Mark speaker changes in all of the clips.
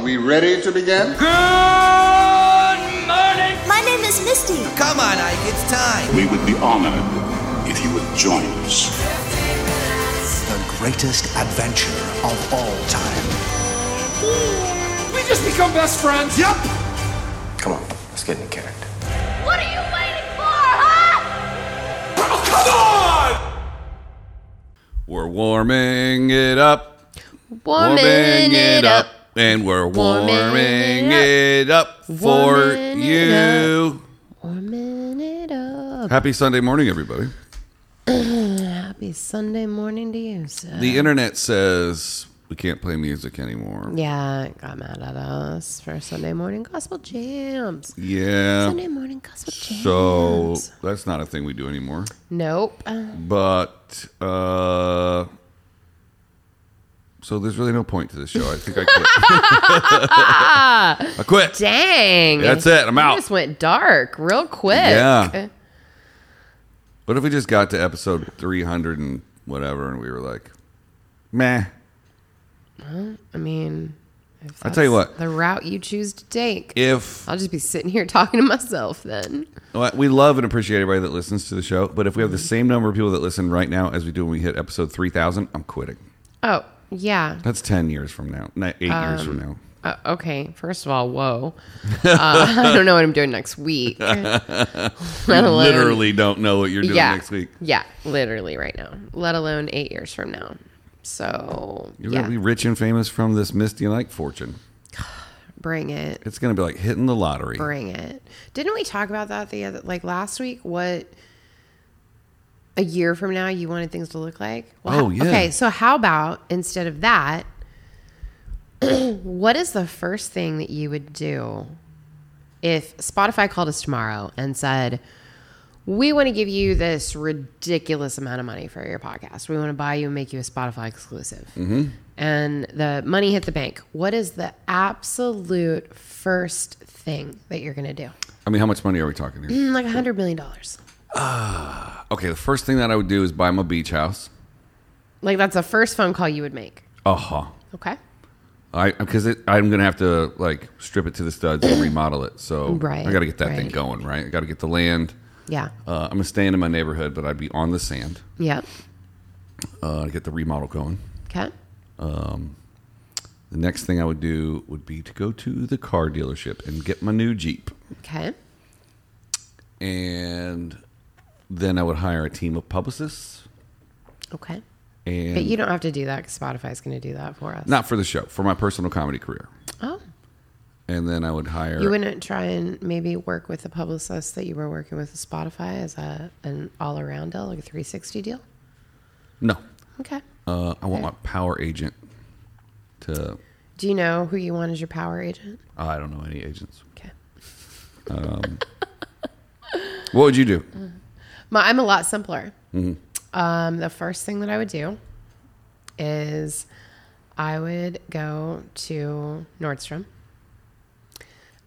Speaker 1: we ready to begin?
Speaker 2: My name is Misty.
Speaker 3: Come on, Ike, it's time.
Speaker 4: We would be honored if you would join us.
Speaker 5: the greatest adventure of all time.
Speaker 6: We just become best friends. Yep.
Speaker 7: Come on, let's get in character.
Speaker 2: What are you waiting for, huh?
Speaker 8: We're warming it up.
Speaker 9: Warming, it up.
Speaker 8: And we're warming,
Speaker 9: Warming
Speaker 8: it
Speaker 9: it
Speaker 8: up, for
Speaker 9: Warming it
Speaker 8: you.
Speaker 9: Warming it up.
Speaker 8: Happy Sunday morning, everybody.
Speaker 9: Happy Sunday morning to you, sir.
Speaker 8: The internet says we can't play music anymore.
Speaker 9: yeah, it got mad at us for Sunday morning gospel jams.
Speaker 8: Yeah.
Speaker 9: Sunday morning gospel jams.
Speaker 8: So that's not a thing we do anymore.
Speaker 9: Nope.
Speaker 8: But uh so there's really no point to this show. I think I quit. I quit.
Speaker 9: Dang.
Speaker 8: That's it. I'm
Speaker 9: You
Speaker 8: out.
Speaker 9: just went dark real quick.
Speaker 8: Yeah. What if we just got to episode 300 and whatever and we were like, meh.
Speaker 9: I mean, if
Speaker 8: I'll tell you
Speaker 9: that's
Speaker 8: what.
Speaker 9: The route you choose to take.
Speaker 8: If
Speaker 9: I'll just be sitting here talking to myself then.
Speaker 8: well, we love and appreciate everybody that listens to the show, but if we have the same number of people that listen right now as we do when we hit episode 3000, I'm quitting.
Speaker 9: Oh, yeah.
Speaker 8: That's 10 years from now, not eight years from now.
Speaker 9: Uh, okay, first of all, whoa. Uh, I don't know what I'm doing next week. Let alone-
Speaker 8: Literally don't know what you're doing
Speaker 9: yeah,
Speaker 8: next week.
Speaker 9: Yeah, literally right now, let alone eight years from now. So,
Speaker 8: You're
Speaker 9: yeah,
Speaker 8: going to be rich and famous from this Misty and Ike fortune.
Speaker 9: bring it.
Speaker 8: It's going to be like hitting the lottery.
Speaker 9: Bring it. Didn't we talk about that the other, like last week? What a year from now you wanted things to look like?
Speaker 8: Oh,
Speaker 9: ho-
Speaker 8: yeah.
Speaker 9: Okay, so how about instead of that, what is the first thing that you would do if Spotify called us tomorrow and said, we want to give you this ridiculous amount of money for your podcast. We want to buy you and make you a Spotify exclusive.
Speaker 8: Mm-hmm.
Speaker 9: And the money hit the bank. What is the absolute first thing that you're going to do?
Speaker 8: I mean, how much money are we talking here?
Speaker 9: Mm, Like a $100 million. dollars.
Speaker 8: Okay, the first thing that I would do is buy my beach house.
Speaker 9: Like that's the first phone call you would make.
Speaker 8: Uh huh.
Speaker 9: Okay.
Speaker 8: I because I'm gonna have to like strip it to the studs and remodel it. So
Speaker 9: Right,
Speaker 8: I got to get that thing
Speaker 9: right.
Speaker 8: going. Right, I got to get the land.
Speaker 9: Yeah.
Speaker 8: Uh, I'm gonna stay in my neighborhood, but I'd be on the sand
Speaker 9: Yep.
Speaker 8: uh, to get the remodel going.
Speaker 9: Okay.
Speaker 8: The next thing I would do would be to go to the car dealership and get my new Jeep,
Speaker 9: Okay.
Speaker 8: and then I would hire a team of publicists.
Speaker 9: Okay.
Speaker 8: And
Speaker 9: But you don't have to do that because Spotify's going to do that for us.
Speaker 8: not for the show, for my personal comedy career.
Speaker 9: Oh.
Speaker 8: And then I would hire.
Speaker 9: You wouldn't try and maybe work with the publicist that you were working with at Spotify as a an all around deal, like a 360 deal?
Speaker 8: no,
Speaker 9: Okay.
Speaker 8: uh, I want my power agent to.
Speaker 9: Do you know who you want as your power agent?
Speaker 8: I don't know any agents.
Speaker 9: Okay.
Speaker 8: What would you do?
Speaker 9: My, I'm a lot simpler. Um, the first thing that I would do is I would go to Nordstrom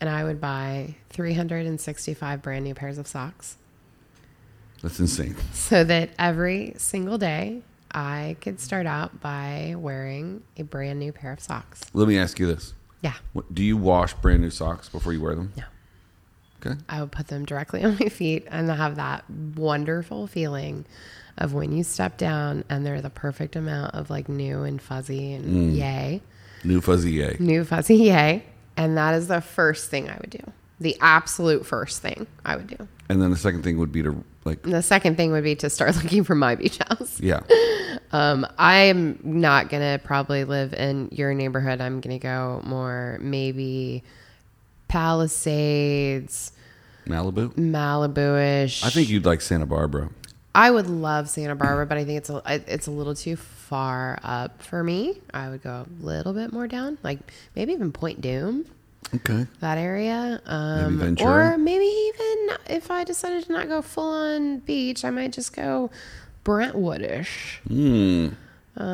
Speaker 9: and I would buy 365 brand new pairs of socks
Speaker 8: That's insane.
Speaker 9: so that every single day I could start out by wearing a brand new pair of socks.
Speaker 8: Let me ask you this:
Speaker 9: Yeah.
Speaker 8: what, Do you wash brand new socks before you wear them?
Speaker 9: No.
Speaker 8: Okay.
Speaker 9: I would put them directly on my feet and have that wonderful feeling of when you step down and they're the perfect amount of like new and fuzzy
Speaker 8: Mm.
Speaker 9: and yay,
Speaker 8: New fuzzy yay.
Speaker 9: new fuzzy yay. And that is the first thing I would do. The absolute first thing I would do.
Speaker 8: And then the second thing would be to like,
Speaker 9: And the second thing would be to start looking for my beach house.
Speaker 8: yeah,
Speaker 9: I'm not gonna probably live in your neighborhood. I'm gonna go more maybe Palisades,
Speaker 8: Malibu.
Speaker 9: Malibu-ish.
Speaker 8: I think you'd like Santa Barbara.
Speaker 9: I would love Santa Barbara, but I think it's a it- it's a little too far up for me. I would go a little bit more down, like maybe even Point Doom,
Speaker 8: Okay.
Speaker 9: that area,
Speaker 8: Maybe
Speaker 9: um,
Speaker 8: Ventura?
Speaker 9: or maybe even if I decided to not go full on beach, I might just go Brentwoodish.
Speaker 8: With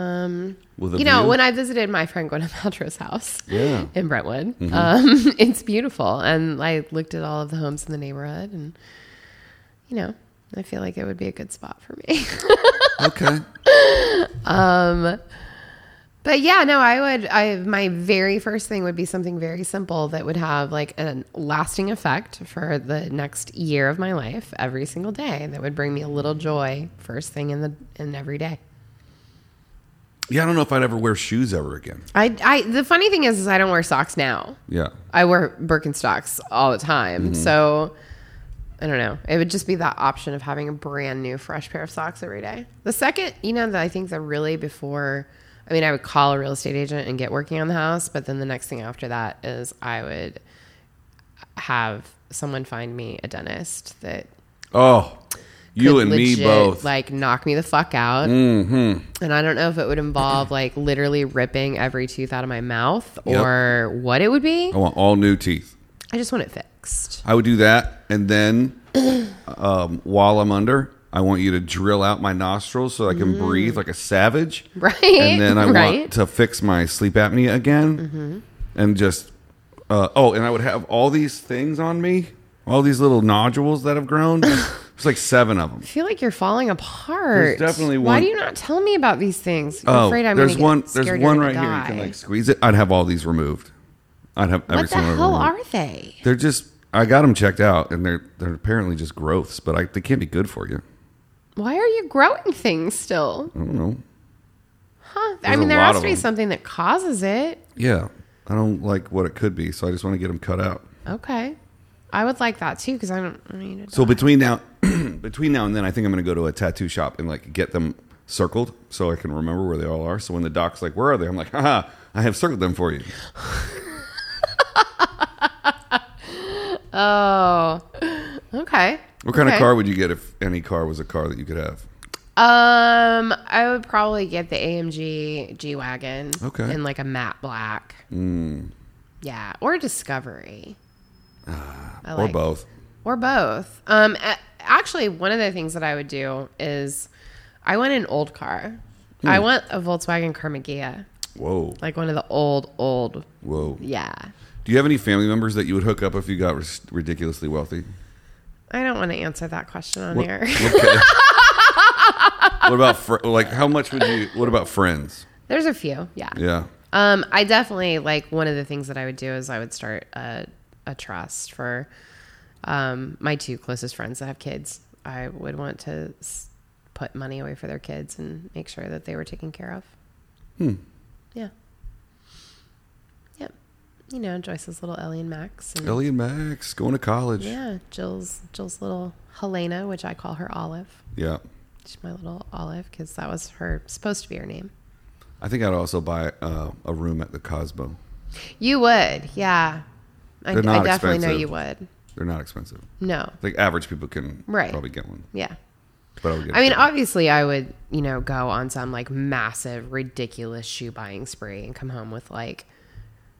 Speaker 8: a
Speaker 9: you know,
Speaker 8: view?
Speaker 9: when I visited my friend Gwyneth Paltrow's house
Speaker 8: Yeah. Mm-hmm.
Speaker 9: in Brentwood, um, it's beautiful, and I looked at all of the homes in the neighborhood, and you know, I feel like it would be a good spot for me.
Speaker 8: okay.
Speaker 9: But yeah, no, I would. I my very first thing would be something very simple that would have like a lasting effect for the next year of my life, every single day. That would bring me a little joy first thing in the in every day.
Speaker 8: Yeah, I don't know if I'd ever wear shoes ever again.
Speaker 9: I, I the funny thing is, is I don't wear socks now.
Speaker 8: Yeah.
Speaker 9: I wear Birkenstocks all the time,
Speaker 8: Mm-hmm.
Speaker 9: so I don't know. It would just be that option of having a brand new, fresh pair of socks every day. The second, you know, that I think that really before, I mean, I would call a real estate agent and get working on the house, but then the next thing after that is I would have someone find me a dentist that
Speaker 8: Oh, you
Speaker 9: could
Speaker 8: and
Speaker 9: legit,
Speaker 8: me both. Mm-hmm.
Speaker 9: like knock me the fuck out. And I don't know if it would involve like literally ripping every tooth out of my mouth
Speaker 8: Yep.
Speaker 9: or what it would be.
Speaker 8: I want all new teeth.
Speaker 9: I just want it fixed.
Speaker 8: I would do that, and then um, while I'm under, I want you to drill out my nostrils so I can breathe like a savage.
Speaker 9: Mm. Right,
Speaker 8: And then I
Speaker 9: right. Mm-hmm.
Speaker 8: want to fix my sleep apnea again, and just uh, oh, and I would have all these things on me, all these little nodules that have grown. There's like seven of them.
Speaker 9: I feel like you're falling
Speaker 8: There's
Speaker 9: apart.
Speaker 8: definitely
Speaker 9: Why
Speaker 8: one-
Speaker 9: do you not tell me about these things? You're afraid I'm
Speaker 8: Oh, there's
Speaker 9: gonna
Speaker 8: one.
Speaker 9: Get
Speaker 8: There's
Speaker 9: scared
Speaker 8: one
Speaker 9: you're
Speaker 8: right
Speaker 9: gonna
Speaker 8: here. You can
Speaker 9: die.
Speaker 8: like squeeze it. I'd have all these removed. I'd have every
Speaker 9: what the
Speaker 8: single one
Speaker 9: hell
Speaker 8: removed.
Speaker 9: are they?
Speaker 8: They're just. I got them checked out, and they're they're apparently just growths, but I, they can't be good for you.
Speaker 9: Why are you growing things still?
Speaker 8: I don't know.
Speaker 9: Huh? I
Speaker 8: There's
Speaker 9: mean,
Speaker 8: a
Speaker 9: there
Speaker 8: lot
Speaker 9: has
Speaker 8: of
Speaker 9: to be
Speaker 8: them.
Speaker 9: something that causes it.
Speaker 8: Yeah, I don't like what it could be, so I just want to get them cut out.
Speaker 9: Okay, I would like that too because I don't I need it.
Speaker 8: So between now, between now and then, I think I'm going to go to a tattoo shop and like get them circled so I can remember where they all are. So when the doc's like, "Where are they?" I'm like, "Haha, I have circled them for you."
Speaker 9: Oh, okay.
Speaker 8: What kind
Speaker 9: Okay.
Speaker 8: of car would you get if any car was a car that you could have?
Speaker 9: Um, I would probably get the AMG G wagon.
Speaker 8: Okay. Hmm.
Speaker 9: in like a matte black. Mm. Yeah, or Discovery. I
Speaker 8: Ah, Or
Speaker 9: like-
Speaker 8: both.
Speaker 9: or both. Um, a- actually, one of the things that I would do is I want an old car. I want a Volkswagen Carmagia,
Speaker 8: Whoa.
Speaker 9: like one of the old, old.
Speaker 8: Whoa.
Speaker 9: Yeah,
Speaker 8: Do you have any family members that you would hook up if you got ris- ridiculously wealthy?
Speaker 9: I don't want to answer that question on air.
Speaker 8: Okay. what about fr- like how much would you? What about friends?
Speaker 9: There's a few. Yeah.
Speaker 8: Yeah.
Speaker 9: Um, I definitely like one of the things that I would do is I would start a, a trust for um, my two closest friends that have kids. I would want to s- put money away for their kids and make sure that they were taken care of. Hmm. Yeah. Yep. You know, Joyce's little Ellie and Max. And,
Speaker 8: Ellie and Max going to college.
Speaker 9: Um, Yeah. Jill's Jill's little Helena, which I call her Olive.
Speaker 8: Yeah.
Speaker 9: She's my little Olive because that was her supposed to be her name.
Speaker 8: I think I'd also buy uh, a room at the Cosmo.
Speaker 9: You would, yeah. I,
Speaker 8: They're not
Speaker 9: I definitely know
Speaker 8: expensive.
Speaker 9: you would.
Speaker 8: They're not expensive.
Speaker 9: No.
Speaker 8: Like average people can
Speaker 9: Right.
Speaker 8: probably get one.
Speaker 9: Yeah.
Speaker 8: But I would get.
Speaker 9: I mean,
Speaker 8: I,
Speaker 9: obviously, I would, you know, go on some like massive, ridiculous shoe buying spree and come home with like,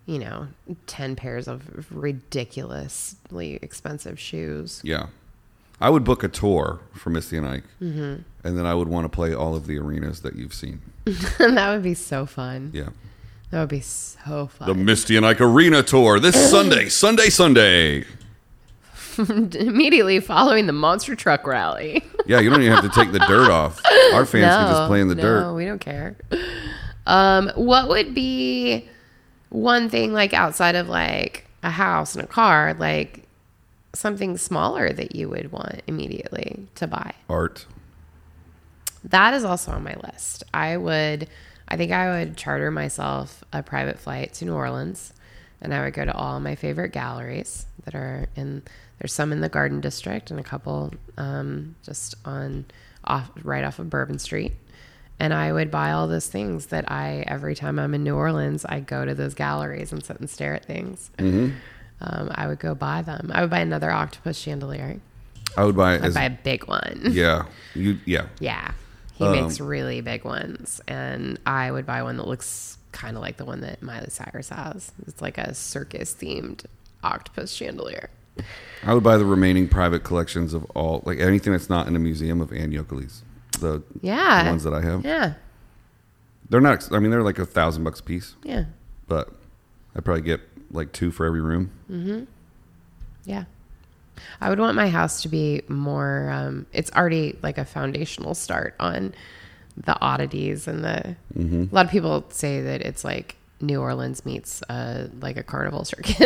Speaker 9: you know, 10 pairs of ridiculously expensive shoes.
Speaker 8: yeah, I would book a tour for Misty and Ike, mm-hmm. and then I would want to play all of the arenas that you've seen.
Speaker 9: that would be so fun.
Speaker 8: Yeah.
Speaker 9: That would be so
Speaker 8: The
Speaker 9: fun.
Speaker 8: Misty and Ike Arena Tour this Sunday, Sunday, Sunday.
Speaker 9: Immediately following the monster truck rally.
Speaker 8: Yeah, you don't even have to take the dirt off. Our fans can just play in the
Speaker 9: no,
Speaker 8: dirt.
Speaker 9: we don't care. Um, what would be one thing like outside of like a house and a car, like something smaller that you would want immediately to buy?
Speaker 8: Art.
Speaker 9: That is also on my list. I would, I think I would charter myself a private flight to New Orleans and I would go to all my favorite galleries that are in, there's some in the Garden District and a couple um, just on, off, right off of Bourbon Street. And I would buy all those things that I, every time I'm in New Orleans, I go to those galleries and sit and stare at things. Um, I would go buy them. I would buy another octopus chandelier.
Speaker 8: I would buy.
Speaker 9: I'd
Speaker 8: As,
Speaker 9: buy a big one.
Speaker 8: yeah. You. Yeah.
Speaker 9: Yeah. He
Speaker 8: Um,
Speaker 9: makes really big ones. And I would buy one that looks kind of like the one that Miley Cyrus has. It's like a circus themed octopus chandelier.
Speaker 8: I would buy the remaining private collections of all, like anything that's not in a museum of Anne Yokeles. The
Speaker 9: Yeah.
Speaker 8: the ones that I have.
Speaker 9: Yeah.
Speaker 8: They're not. ex- I mean, they're like a thousand bucks a piece,
Speaker 9: Yeah.
Speaker 8: but I probably get like two for every room.
Speaker 9: Yeah. I would want my house to be more, um, it's already like a foundational start on the oddities and the.
Speaker 8: Mm-hmm.
Speaker 9: A lot of people say that it's like New Orleans meets uh, like a carnival circus.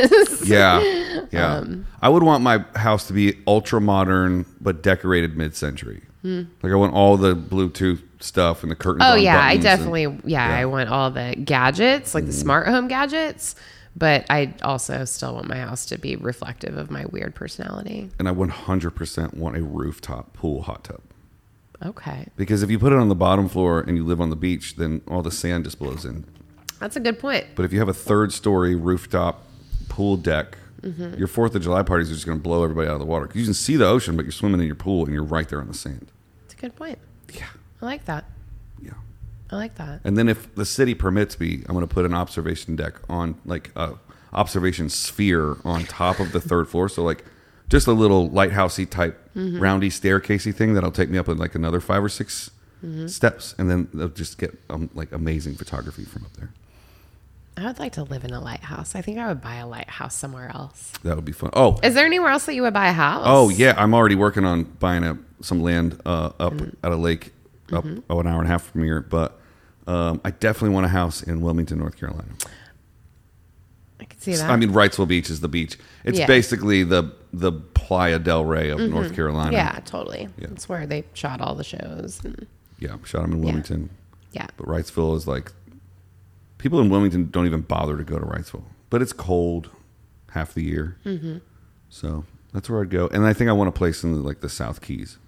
Speaker 8: Yeah, yeah.
Speaker 9: Um,
Speaker 8: I would want my house to be ultra modern but decorated mid-century. Like I want all the Bluetooth stuff and the curtains.
Speaker 9: Hmm. Oh
Speaker 8: on
Speaker 9: yeah, I
Speaker 8: buttons and-
Speaker 9: definitely yeah, I want all the gadgets, like the smart home gadgets, but I also still want my house to be reflective of my weird personality.
Speaker 8: and I 100% want a rooftop pool hot tub.
Speaker 9: Okay.
Speaker 8: Because if you put it on the bottom floor and you live on the beach, then all the sand just blows in.
Speaker 9: That's a good point.
Speaker 8: But if you have a third story rooftop pool deck,
Speaker 9: Mm-hmm.
Speaker 8: your Fourth of July parties are just going to blow everybody out of the water. 'Cause you can see the ocean, but you're swimming in your pool and you're right there on the sand.
Speaker 9: That's a good point.
Speaker 8: Yeah.
Speaker 9: I like that.
Speaker 8: Yeah.
Speaker 9: I like that.
Speaker 8: And then if the city permits me, I'm going to put an observation deck on, like a observation sphere on top of the third floor. So like just a little lighthousey type roundy staircasey thing that'll take me up in like another five or 6 steps, and then they'll just get um, like amazing photography from up there.
Speaker 9: I would like to live in a lighthouse. I think I would buy a lighthouse somewhere else.
Speaker 8: That would be fun. Oh,
Speaker 9: Is there anywhere else that you would buy a house?
Speaker 8: oh yeah, I'm already working on buying up some land uh, up at a lake up oh, an hour and a half from here, but. Um, I definitely want a house in Wilmington, North Carolina.
Speaker 9: I could see that.
Speaker 8: I mean, Wrightsville Beach is the beach. It's
Speaker 9: Yeah. Mm-hmm.
Speaker 8: basically the the Playa del Rey of North Carolina.
Speaker 9: yeah, totally. That's where they shot all the shows. and-
Speaker 8: yeah. Shot them in Wilmington,
Speaker 9: yeah.
Speaker 8: but Wrightsville is like people in Wilmington don't even bother to go to Wrightsville, but it's cold half the year, mm-hmm. so that's where I'd go. And I think I want a place in like the South Keys,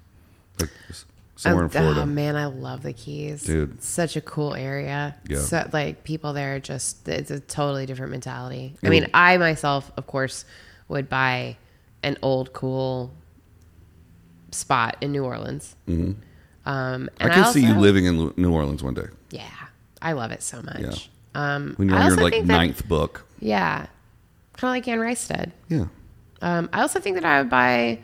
Speaker 8: like just somewhere
Speaker 9: Oh,
Speaker 8: in Florida.
Speaker 9: Oh man, I love the Keys,
Speaker 8: Dude.
Speaker 9: Such a cool area.
Speaker 8: Yeah.
Speaker 9: So, like people there, are just it's a totally different mentality. I
Speaker 8: It
Speaker 9: mean,
Speaker 8: would-
Speaker 9: I myself, of course, would buy an old cool spot in New Orleans. Mm-hmm. Um,
Speaker 8: I
Speaker 9: and
Speaker 8: can see you
Speaker 9: also-
Speaker 8: living in Lu- New Orleans one day
Speaker 9: Yeah, I love it so much. Um,
Speaker 8: when you're
Speaker 9: I
Speaker 8: on your
Speaker 9: also
Speaker 8: like
Speaker 9: think that-
Speaker 8: ninth book.
Speaker 9: yeah, kind of like Anne Rysted.
Speaker 8: Yeah,
Speaker 9: Um, I also think that I would buy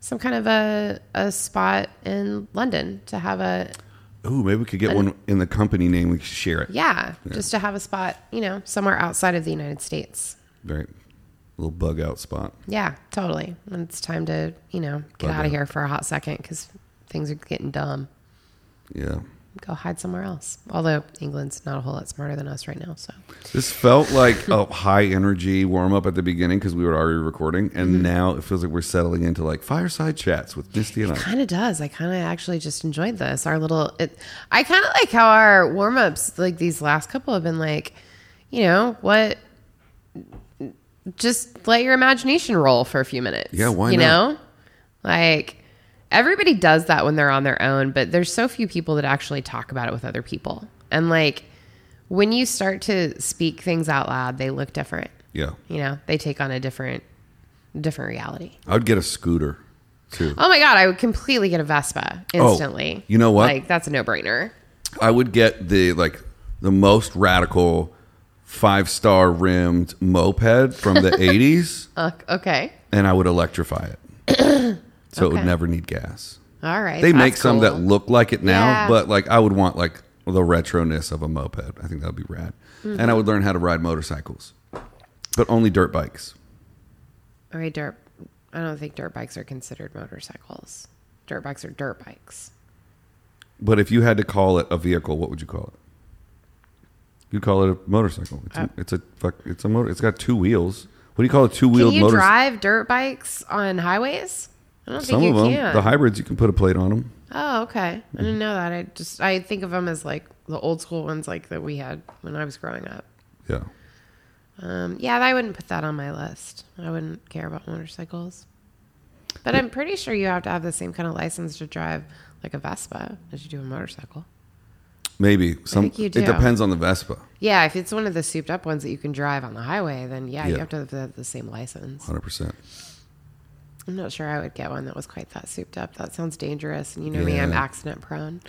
Speaker 9: some kind of a a spot in London to have a
Speaker 8: ooh, maybe we could get one in the company name. We could share it.
Speaker 9: Yeah, just to have a spot, you know, somewhere outside of the United States.
Speaker 8: Very little bug out spot.
Speaker 9: Yeah, totally. When it's time to, you know, get
Speaker 8: Bug
Speaker 9: out
Speaker 8: out.
Speaker 9: of here for a hot second because things are getting dumb.
Speaker 8: Yeah.
Speaker 9: Go hide somewhere else. Although England's not a whole lot smarter than us right now, so
Speaker 8: This felt like a high energy warm up at the beginning because we were already recording. And
Speaker 9: Mm-hmm.
Speaker 8: now it feels like we're settling into like fireside chats with Misty and I.
Speaker 9: kind of does. I kind of actually just enjoyed this. Our little, it, I kind of like how our warm ups, like these last couple, have been like, you know, what. Just let your imagination roll for a few minutes.
Speaker 8: Yeah, why
Speaker 9: You
Speaker 8: not?
Speaker 9: know, like everybody does that when they're on their own, but there's so few people that actually talk about it with other people. And like when you start to speak things out loud, they look different.
Speaker 8: Yeah.
Speaker 9: You know, they take on a different, different reality.
Speaker 8: I would get a scooter too.
Speaker 9: Oh my god, I would completely get a Vespa
Speaker 8: Oh,
Speaker 9: instantly.
Speaker 8: you know what?
Speaker 9: Like that's a no-brainer.
Speaker 8: I would get the like the most radical five star rimmed moped from the 80s
Speaker 9: Uh, okay.
Speaker 8: and I would electrify it. so it would
Speaker 9: Okay.
Speaker 8: never need gas.
Speaker 9: All right.
Speaker 8: They
Speaker 9: that's
Speaker 8: make some that
Speaker 9: cool.
Speaker 8: look like it now,
Speaker 9: Yeah.
Speaker 8: but like I would want like the retroness of a moped. I think that would be rad. And
Speaker 9: Mm-hmm.
Speaker 8: I would learn how to ride motorcycles, but only dirt bikes.
Speaker 9: All right, dirt. I don't think dirt bikes are considered motorcycles. Dirt bikes are dirt bikes.
Speaker 8: But if you had to call it a vehicle, what would you call it? You'd call it a motorcycle.
Speaker 9: Uh,
Speaker 8: It's, a, it's a fuck. It's a motor. It's got two wheels. What do you call a two
Speaker 9: Can
Speaker 8: wheeled
Speaker 9: you
Speaker 8: motor?
Speaker 9: drive dirt bikes on highways? I don't
Speaker 8: Some
Speaker 9: think
Speaker 8: of
Speaker 9: you
Speaker 8: them,
Speaker 9: can.
Speaker 8: the hybrids, you can put a plate on them.
Speaker 9: oh, okay. I didn't know that. I just I think of them as like the old school ones like that we had when I was growing up.
Speaker 8: Yeah,
Speaker 9: Um, yeah, I wouldn't put that on my list. I wouldn't care about motorcycles. But I'm pretty sure you have to have the same kind of license to drive like a Vespa as you do a motorcycle.
Speaker 8: maybe some.
Speaker 9: think you
Speaker 8: It
Speaker 9: do.
Speaker 8: depends on the Vespa.
Speaker 9: Yeah, if it's one of the souped up ones that you can drive on the highway, then yeah,
Speaker 8: Yeah.
Speaker 9: you have to have the, the same license.
Speaker 8: Hundred percent.
Speaker 9: I'm not sure I would get one that was quite that souped up. That sounds dangerous. And you know me, I'm
Speaker 8: Yeah.
Speaker 9: accident prone.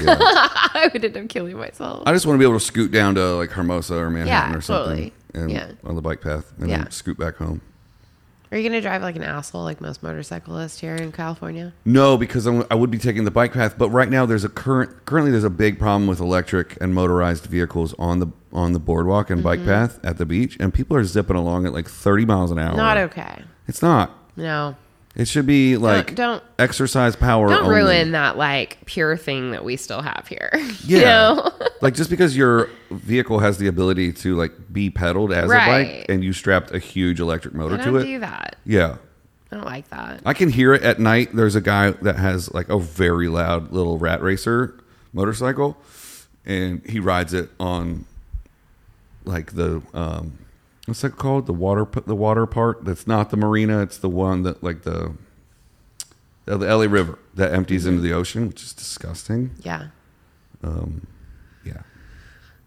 Speaker 8: Yeah.
Speaker 9: I would end up killing myself.
Speaker 8: I just want to be able to scoot down to like Hermosa or Manhattan
Speaker 9: Yeah,
Speaker 8: or something,
Speaker 9: totally.
Speaker 8: and
Speaker 9: Yeah.
Speaker 8: on the bike path, and
Speaker 9: Yeah.
Speaker 8: then scoot back home.
Speaker 9: Are you going to drive like an asshole like most motorcyclists here in California?
Speaker 8: No, because I'm, I would be taking the bike path, but right now there's a current currently there's a big problem with electric and motorized vehicles on the on the boardwalk and
Speaker 9: Mm-hmm.
Speaker 8: bike path at the beach, and people are zipping along at like 30 miles an hour.
Speaker 9: Not okay.
Speaker 8: It's not.
Speaker 9: No.
Speaker 8: It should be like
Speaker 9: don't-
Speaker 8: exercise power.
Speaker 9: Don't
Speaker 8: only.
Speaker 9: ruin that like pure thing that we still have here.
Speaker 8: Yeah.
Speaker 9: You know?
Speaker 8: like just because your vehicle has the ability to like be pedaled as a bike
Speaker 9: Right.
Speaker 8: and you strapped a huge electric motor to
Speaker 9: I don't
Speaker 8: it.
Speaker 9: do that.
Speaker 8: Yeah.
Speaker 9: I don't like that.
Speaker 8: I can hear it at night. There's a guy that has like a very loud little rat racer motorcycle and he rides it on like the um what's that called? The water p- the water part that's not the marina, it's the one that like the the LA River that empties into the ocean, which is disgusting.
Speaker 9: Yeah. I
Speaker 8: Yeah.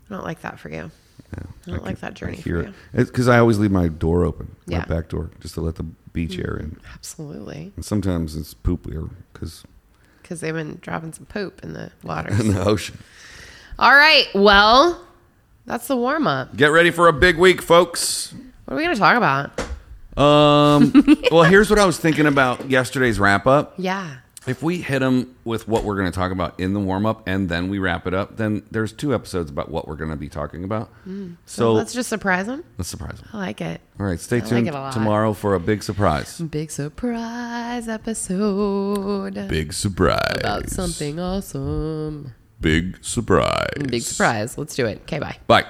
Speaker 9: don't like that for you. I don't like that journey for
Speaker 8: hear it
Speaker 9: you.
Speaker 8: because I always leave my door open, my
Speaker 9: Yeah. Mm.
Speaker 8: back door, just to let the beach air in.
Speaker 9: Absolutely.
Speaker 8: And sometimes it's poop air because
Speaker 9: Because they've been dropping some poop in the water.
Speaker 8: in the ocean.
Speaker 9: All right. Well, that's the warm up.
Speaker 8: Get ready for a big week, folks.
Speaker 9: What are we going to talk about?
Speaker 8: Um, well, here's what I was thinking about yesterday's wrap up.
Speaker 9: Yeah.
Speaker 8: If we hit them with what we're going to talk about in the warm up and then we wrap it up, then there's two episodes about what we're going to be talking about. so
Speaker 9: Mm. Let's just surprise them.
Speaker 8: let's surprise them.
Speaker 9: I like it.
Speaker 8: All right, stay
Speaker 9: like
Speaker 8: tuned
Speaker 9: it a lot.
Speaker 8: tomorrow for a big surprise.
Speaker 9: Big surprise episode
Speaker 8: Big surprise.
Speaker 9: about something awesome.
Speaker 8: Big surprise.
Speaker 9: Big surprise. Let's do it. Okay, bye.
Speaker 8: Bye.